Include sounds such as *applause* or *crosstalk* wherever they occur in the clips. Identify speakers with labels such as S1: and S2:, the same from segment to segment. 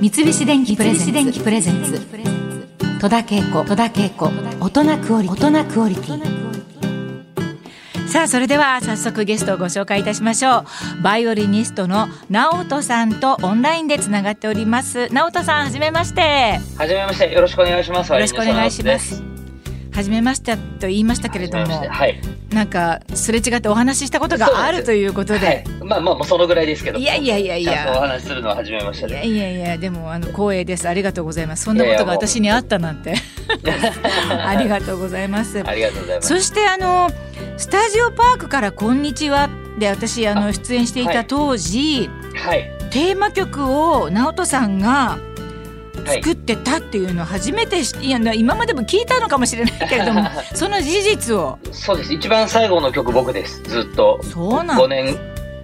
S1: 三菱電機プレゼンツ戸田恵子戸田恵子大人クオリティ大人クオリティ
S2: さあそれでは早速ゲストをご紹介いたしましょうバイオリニストの直人さんとオンラインでつながっております直人さんはじめまして
S3: はじめましてよろしくお願いします
S2: よろしくお願いしますはじめましてと言いましたけれども、
S3: はい、
S2: なんかすれ違ってお話ししたことがあるということで、ではい、
S3: まあまあそのぐらいですけど、
S2: いやいやいやいや、
S3: お話しするのは初めまして、
S2: いやいやいや、でもあの光栄です、ありがとうございます。そんなことが私にあったなん *laughs* て、ありがとうございます。
S3: ありがとうございます。
S2: そしてあのスタジオパークからこんにちはで私あの出演していた当時、
S3: はい、はい、
S2: テーマ曲を直人さんが。作ってたっていうのを初めて、はい、いや今までも聞いたのかもしれないけれど *laughs* もその事実を
S3: そうです一番最後の曲僕ですずっと
S2: そうなん5
S3: 年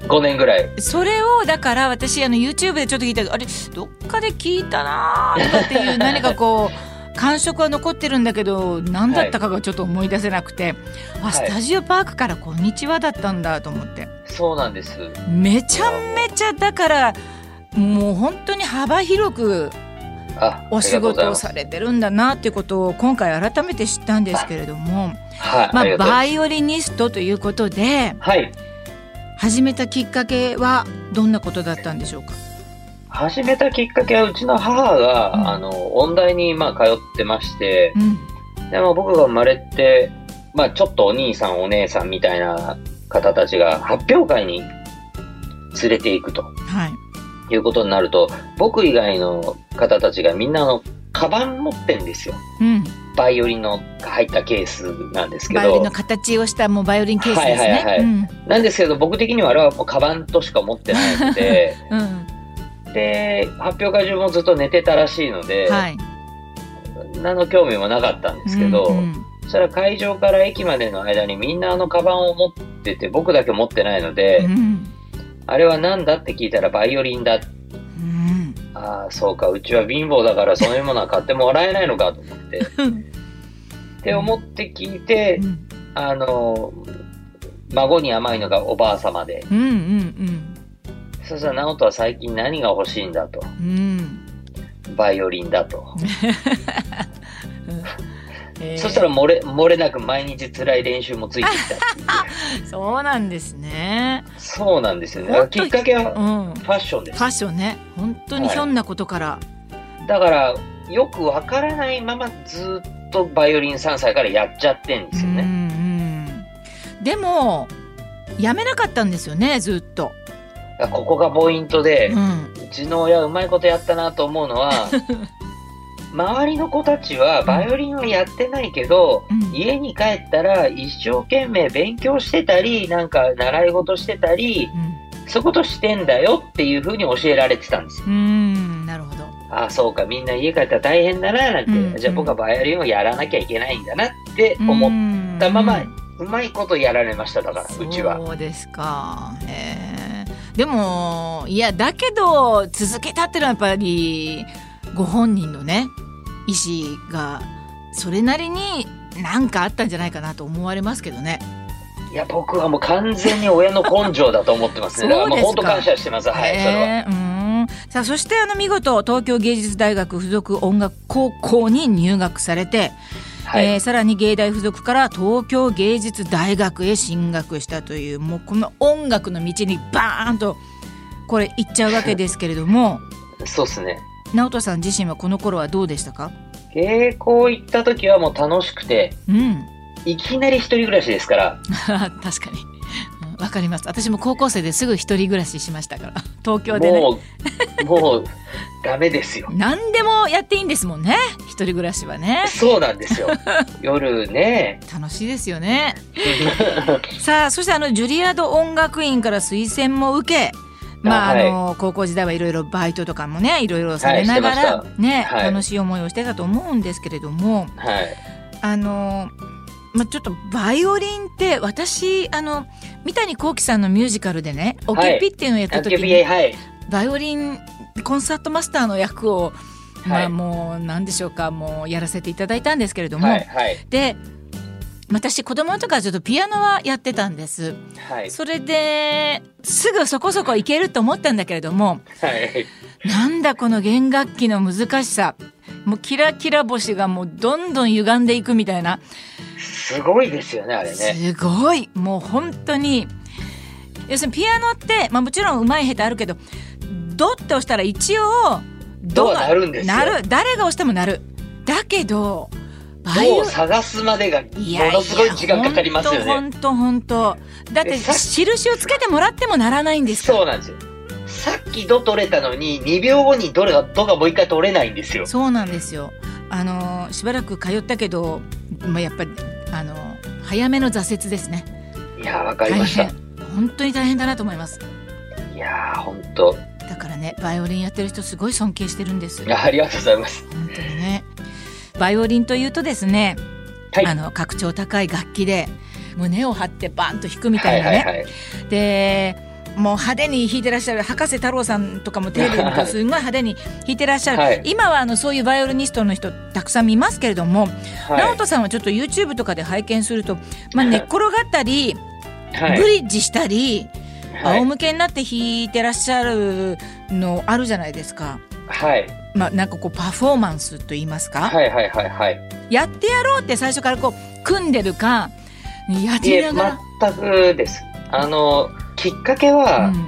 S3: 5年ぐらい
S2: それをだから私あの YouTube でちょっと聞いたあれどっかで聞いたなーとかって *laughs* いう何かこう感触は残ってるんだけど何だったかがちょっと思い出せなくて、はい、あスタジオパークから「こんにちは」だったんだと思って、
S3: そうなんです
S2: めちゃめちゃだからもう本当に幅広くお仕事をされてるんだなっていうことを今回改めて知ったんですけれども、
S3: はい
S2: まあ、バイオリニストということで、
S3: はい、
S2: 始めたきっかけはどんなことだったんでしょうか
S3: 始めたきっかけはうちの母が、うん、あの音大にまあ通ってまして、うん、でも僕が生まれて、まあ、ちょっとお兄さんお姉さんみたいな方たちが発表会に連れていくと。
S2: はい
S3: いうことになると、僕以外の方たちがみんなあの、カバン持ってんですよ。
S2: うん。
S3: バイオリンの入ったケースなんですけど。
S2: バイオリンの形をしたもうバイオリンケースですね。
S3: はいはいはい、うん、なんですけど、僕的にはあれはもうカバンとしか持ってないので、
S2: うん、
S3: で、発表会中もずっと寝てたらしいので、
S2: はい、
S3: 何の興味もなかったんですけど、うんうん、そしたら会場から駅までの間にみんなあのカバンを持ってて、僕だけ持ってないので、
S2: うん
S3: あれは何だって聞いたらバイオリンだ。
S2: うん、
S3: ああ、そうか、うちは貧乏だからそういうものは買ってもらえないのかと思って。って思って聞いて、うん、あの、孫に甘いのがおばあ様で。
S2: うんうんうん、
S3: そしたら、直人は最近何が欲しいんだと。
S2: うん、
S3: バイオリンだと。えー、そしたら漏れ漏れなく毎日辛い練習もついてきた
S2: そうなんですね
S3: そうなんですよねきっかけはファッションです、、
S2: うん、ファッションね本当にひょんなことから、はい
S3: だからよくわからないままずっとバイオリン3歳からやっちゃってんですよね
S2: でもやめなかったんですよねずっと
S3: ここがポイントで、
S2: うん、
S3: うちの親うまいことやったなと思うのは周りの子たちはバイオリンはやってないけど、うん、家に帰ったら一生懸命勉強してたりなんか習い事してたり、うん、そういうことしてんだよっていうふうに教えられてたんですよ。
S2: うんなるほど
S3: ああそうかみんな家帰ったら大変だななんて、うんうん、じゃあ僕はバイオリンをやらなきゃいけないんだなって思ったまま、うんうん、うまいことやられましただからうちは。
S2: そうですかでもいやだけど続けたってのはやっぱりご本人のね意思がそれなりに何かあったんじゃないかなと思われますけどね。。
S3: いや僕はもう完全に親の根性だと思ってますね。そうですか。感謝してます。はい、それは。うん
S2: さあそしてあの見事東京芸術大学附属音楽高校に入学されて、
S3: はい、え
S2: ー、さらに芸大附属から東京芸術大学へ進学したというもうこの音楽の道にバーンとこれ行っちゃうわけですけれども。
S3: そうですね。
S2: 直人さん自身はこの頃はどうでしたか
S3: 稽古行った時はもう楽しくて、
S2: うん、 *laughs*
S3: いきなり一人暮らしですから
S2: 確かにわ、うん、かります私も高校生ですぐ一人暮らししましたから東京でね
S3: もうもうダメですよ
S2: 何でもやっていいんですもんね一人暮らしはね
S3: そうなんですよ夜ね
S2: 楽しいですよねさあそしてあのジュリアード音楽院から推薦も受けまあ、あの、はい、高校時代はいろいろバイトとかもねいろいろされながらね、はい、楽しい思いをしてたと思うんですけれども、
S3: はい、
S2: あの、まあ、ちょっとバイオリンって私あの三谷幸喜さんのミュージカルでね「オケピ」っていうのをやった時に、バイオリンコンサートマスターの役を、まあ、もう何でしょうかもうやらせていただいたんですけれども、
S3: はい、
S2: で私子供の時からちょっとピアノはやってたんです。
S3: はい。
S2: それですぐそこそこいけると思ったんだけれども
S3: はい。
S2: なんだこの弦楽器の難しさもうキラキラ星がもうどんどん歪んでいくみたいな
S3: すごいですよね、あれね。
S2: すごいもう本当に要するにピアノって、まあ、もちろん上手い下手あるけど「ド」って押したら一応「ド」
S3: ドは鳴るんですよ
S2: 鳴る誰が押しても鳴るだけどバ
S3: どう探すまでがものすごい時間かかりますよね。
S2: 本当本当だって
S3: えさ
S2: 印をつけてもらっても鳴らないんですから
S3: そうなんですよ。さっきド取れたのに、2秒後にどれが、ドがもう一回取れないんですよ。
S2: そうなんですよあのーしばらく通ったけど、まあ、やっぱりあのー早めの挫折ですね
S3: いやー、わかりました。
S2: 本当に大変だなと思います
S3: いやー、ほんと。
S2: だからねバイオリンやってる人すごい尊敬してるんです
S3: いやありがとうございます。
S2: 本当にねバイオリンというとですね、
S3: はい
S2: あの格調高い楽器で胸を張ってバンと弾くみ
S3: は
S2: たい
S3: い
S2: な
S3: は
S2: ね、
S3: いはい。
S2: でもう派手に弾いてらっしゃる博士太郎さんとかもテレビとかすごい派手に弾いてらっしゃる、
S3: はい
S2: 今はあのそういうバイオリニストの人たくさん見ますけれども、直
S3: は
S2: 人さんはちょっと YouTube とかで拝見す
S3: *laughs*
S2: ると、まあ、寝っ転がったり、
S3: い。は
S2: ブ
S3: い。
S2: リッジしたり、
S3: はい
S2: 仰向けになって弾いてらっしゃるのあるじゃないですか。
S3: はい。
S2: まあ、なんかこうパフォーマンスと言いますか、
S3: はいはいはいはい。
S2: やってやろうって最初からこう組んでるかや
S3: い
S2: りな
S3: え、
S2: が
S3: 全くです。あの、きっかけ
S2: ら、
S3: は
S2: う、ん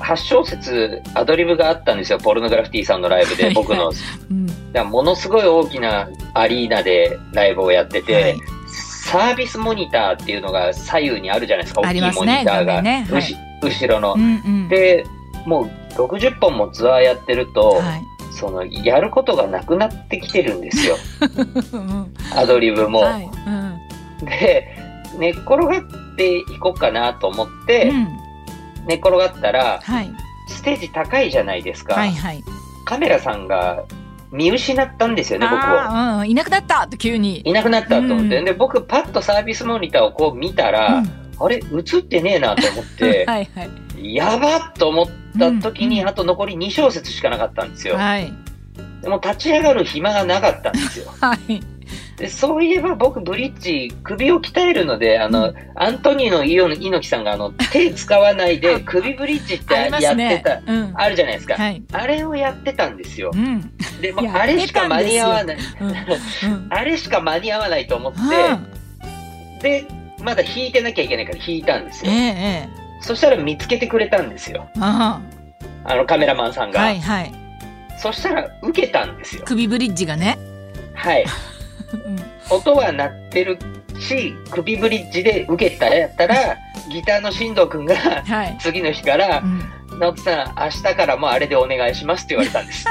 S3: 8小節アドリブがあったんですよ、ポルノグラフィティさんのライブ
S2: は
S3: で、
S2: い
S3: 僕の。
S2: うん
S3: だからものすごい大きなアリーナでライブをやってて、
S2: はい
S3: サービスモニターっていうのが左右にあるじゃないですか、
S2: あ
S3: 大き
S2: り
S3: い
S2: ます
S3: モ
S2: ね
S3: ニターが。
S2: 画面ねはいう
S3: し後ろの
S2: う。んうん、
S3: で、もう60本もツアーやってると、
S2: はい、
S3: その、やることがなくなってきてるんで
S2: *laughs*
S3: すよ、
S2: うん
S3: アドリブも。
S2: はいうん
S3: で、寝っ転がっていこうかなと思って、
S2: うん
S3: 寝っ転がったら、
S2: はい
S3: ステージ高いじゃないですか。
S2: はいはい。
S3: カメラさんが見失ったんですよね、僕を。
S2: あーうんいなくなったと急に。
S3: いなくなったと思って、
S2: うん
S3: で、僕、パッとサービスモニターをこう見たら、
S2: うん
S3: あれ、映ってねえなと思
S2: *laughs*
S3: って、
S2: はいはい
S3: やばっと思った時に、
S2: うん
S3: あと残り2小節しかなかったんですよ。
S2: はい
S3: でも立ち上がる暇がなかったんで
S2: *laughs*
S3: すよ。
S2: はい。
S3: でそういえば僕、ブリッジ、首を鍛えるので、あの、
S2: う
S3: アントニーのイオン猪木さんが、あの、手使わないで首ブリッジって
S2: あり
S3: や
S2: ま
S3: ってた、
S2: すね。うん
S3: あるじゃないですか。
S2: はい。
S3: あれをやってたんですよ
S2: う。ん
S3: でも、
S2: いや
S3: あれしか間に合わない。
S2: うん
S3: *laughs*
S2: うん。
S3: あれしか間に合わないと思って、で、まだ弾いてなきゃいけないから弾いたんです
S2: ええ
S3: よ。
S2: ええ。
S3: そしたら見つけてくれたんですよ。
S2: あ
S3: あのカメラマンさん
S2: あ
S3: が。
S2: はいはい。
S3: そしたら受けたんですよ。
S2: 首ブリッジがね。
S3: はい。
S2: うん
S3: 音は鳴ってるし、首ブリッジで受けたやっ
S2: *laughs*
S3: たら、ギターの進藤くんが *laughs*
S2: はい。
S3: 次の日から
S2: う、ん
S3: 直樹さん、明日からもうあれでお願いしますって言われた
S2: *laughs*
S3: んです。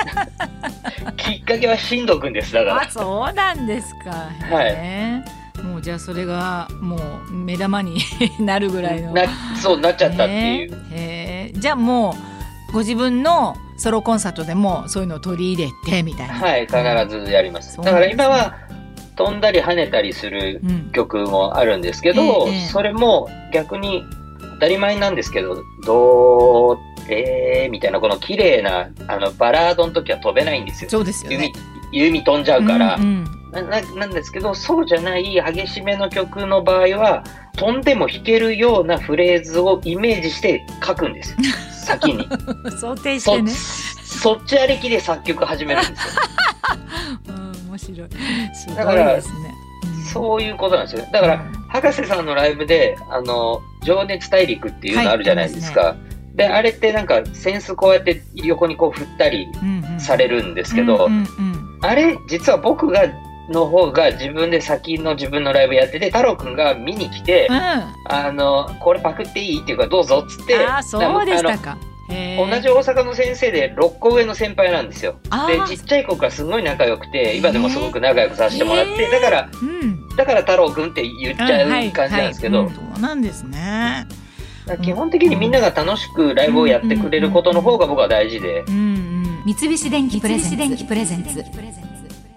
S3: きっかけは進藤くんです、だか
S2: あ
S3: ら。
S2: そうなんですか。へえもうじゃあそれがもう目玉に *laughs* なるぐらいの。
S3: なそうなっちゃったっていう。
S2: へえへえじゃあもうご自分のソロコンサートでもそういうのを取り入れてみたいな。
S3: はい、必ずやります。
S2: そう
S3: だ
S2: なん
S3: か
S2: です
S3: ら
S2: ね
S3: 今は、飛んだり跳ねたりする
S2: うん。
S3: 曲もあるんですけど、
S2: ええええ
S3: それも逆に当たり前なんですけど、どう、えー、みたいな、この綺麗な、あの、バラードの時は飛べないんですよ。
S2: そうですよね
S3: 弓。、弓飛んじゃうから、
S2: うんうん
S3: なな。なんですけど、そうじゃない激しめの曲の場合は、飛んでも弾けるようなフレーズをイメージして書くんですよ。
S2: *laughs*
S3: 先に。
S2: 想定し
S3: そ
S2: てね。
S3: そっちありきで作曲始めるんですよ。
S2: *laughs* うん、面白い。すごい
S3: だから
S2: ですね。うん
S3: そういうことなんですよ。だから、博士さんのライブで、あの、情熱大陸っていうのあるじゃないですか。で、あれってなんか、センスこうやって横にこう振ったり
S2: うんうん
S3: されるんですけど、
S2: うんうん
S3: あれ、実は僕が、の方が自分で先の自分のライブやってて、太郎くんが見に来て
S2: うん、あ
S3: あの、これパクっていいっていうかどうぞっつって、
S2: あ、そうでし
S3: な
S2: た
S3: んか
S2: か。
S3: あ
S2: へ
S3: の
S2: ー
S3: 同じ大阪の先生で6個上の先輩なんですよ。
S2: あ
S3: で
S2: ー、
S3: ちっちゃい子からすごい仲良くて、今でもすごく仲良くさせてもらって、
S2: へー
S3: だから、
S2: うん。
S3: だから太郎くんって言っちゃう感じなんですけど、
S2: はいはいうんそうなんですね。
S3: だから基本的にみんなが楽しくライブをやってくれることの方が僕は大事で、
S2: うんうん。
S1: 三菱電機プレゼンツ
S4: 三菱電機プレゼンツ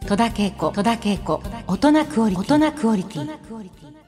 S1: 戸田恵子戸田恵子大人クオリティ大人クオリティ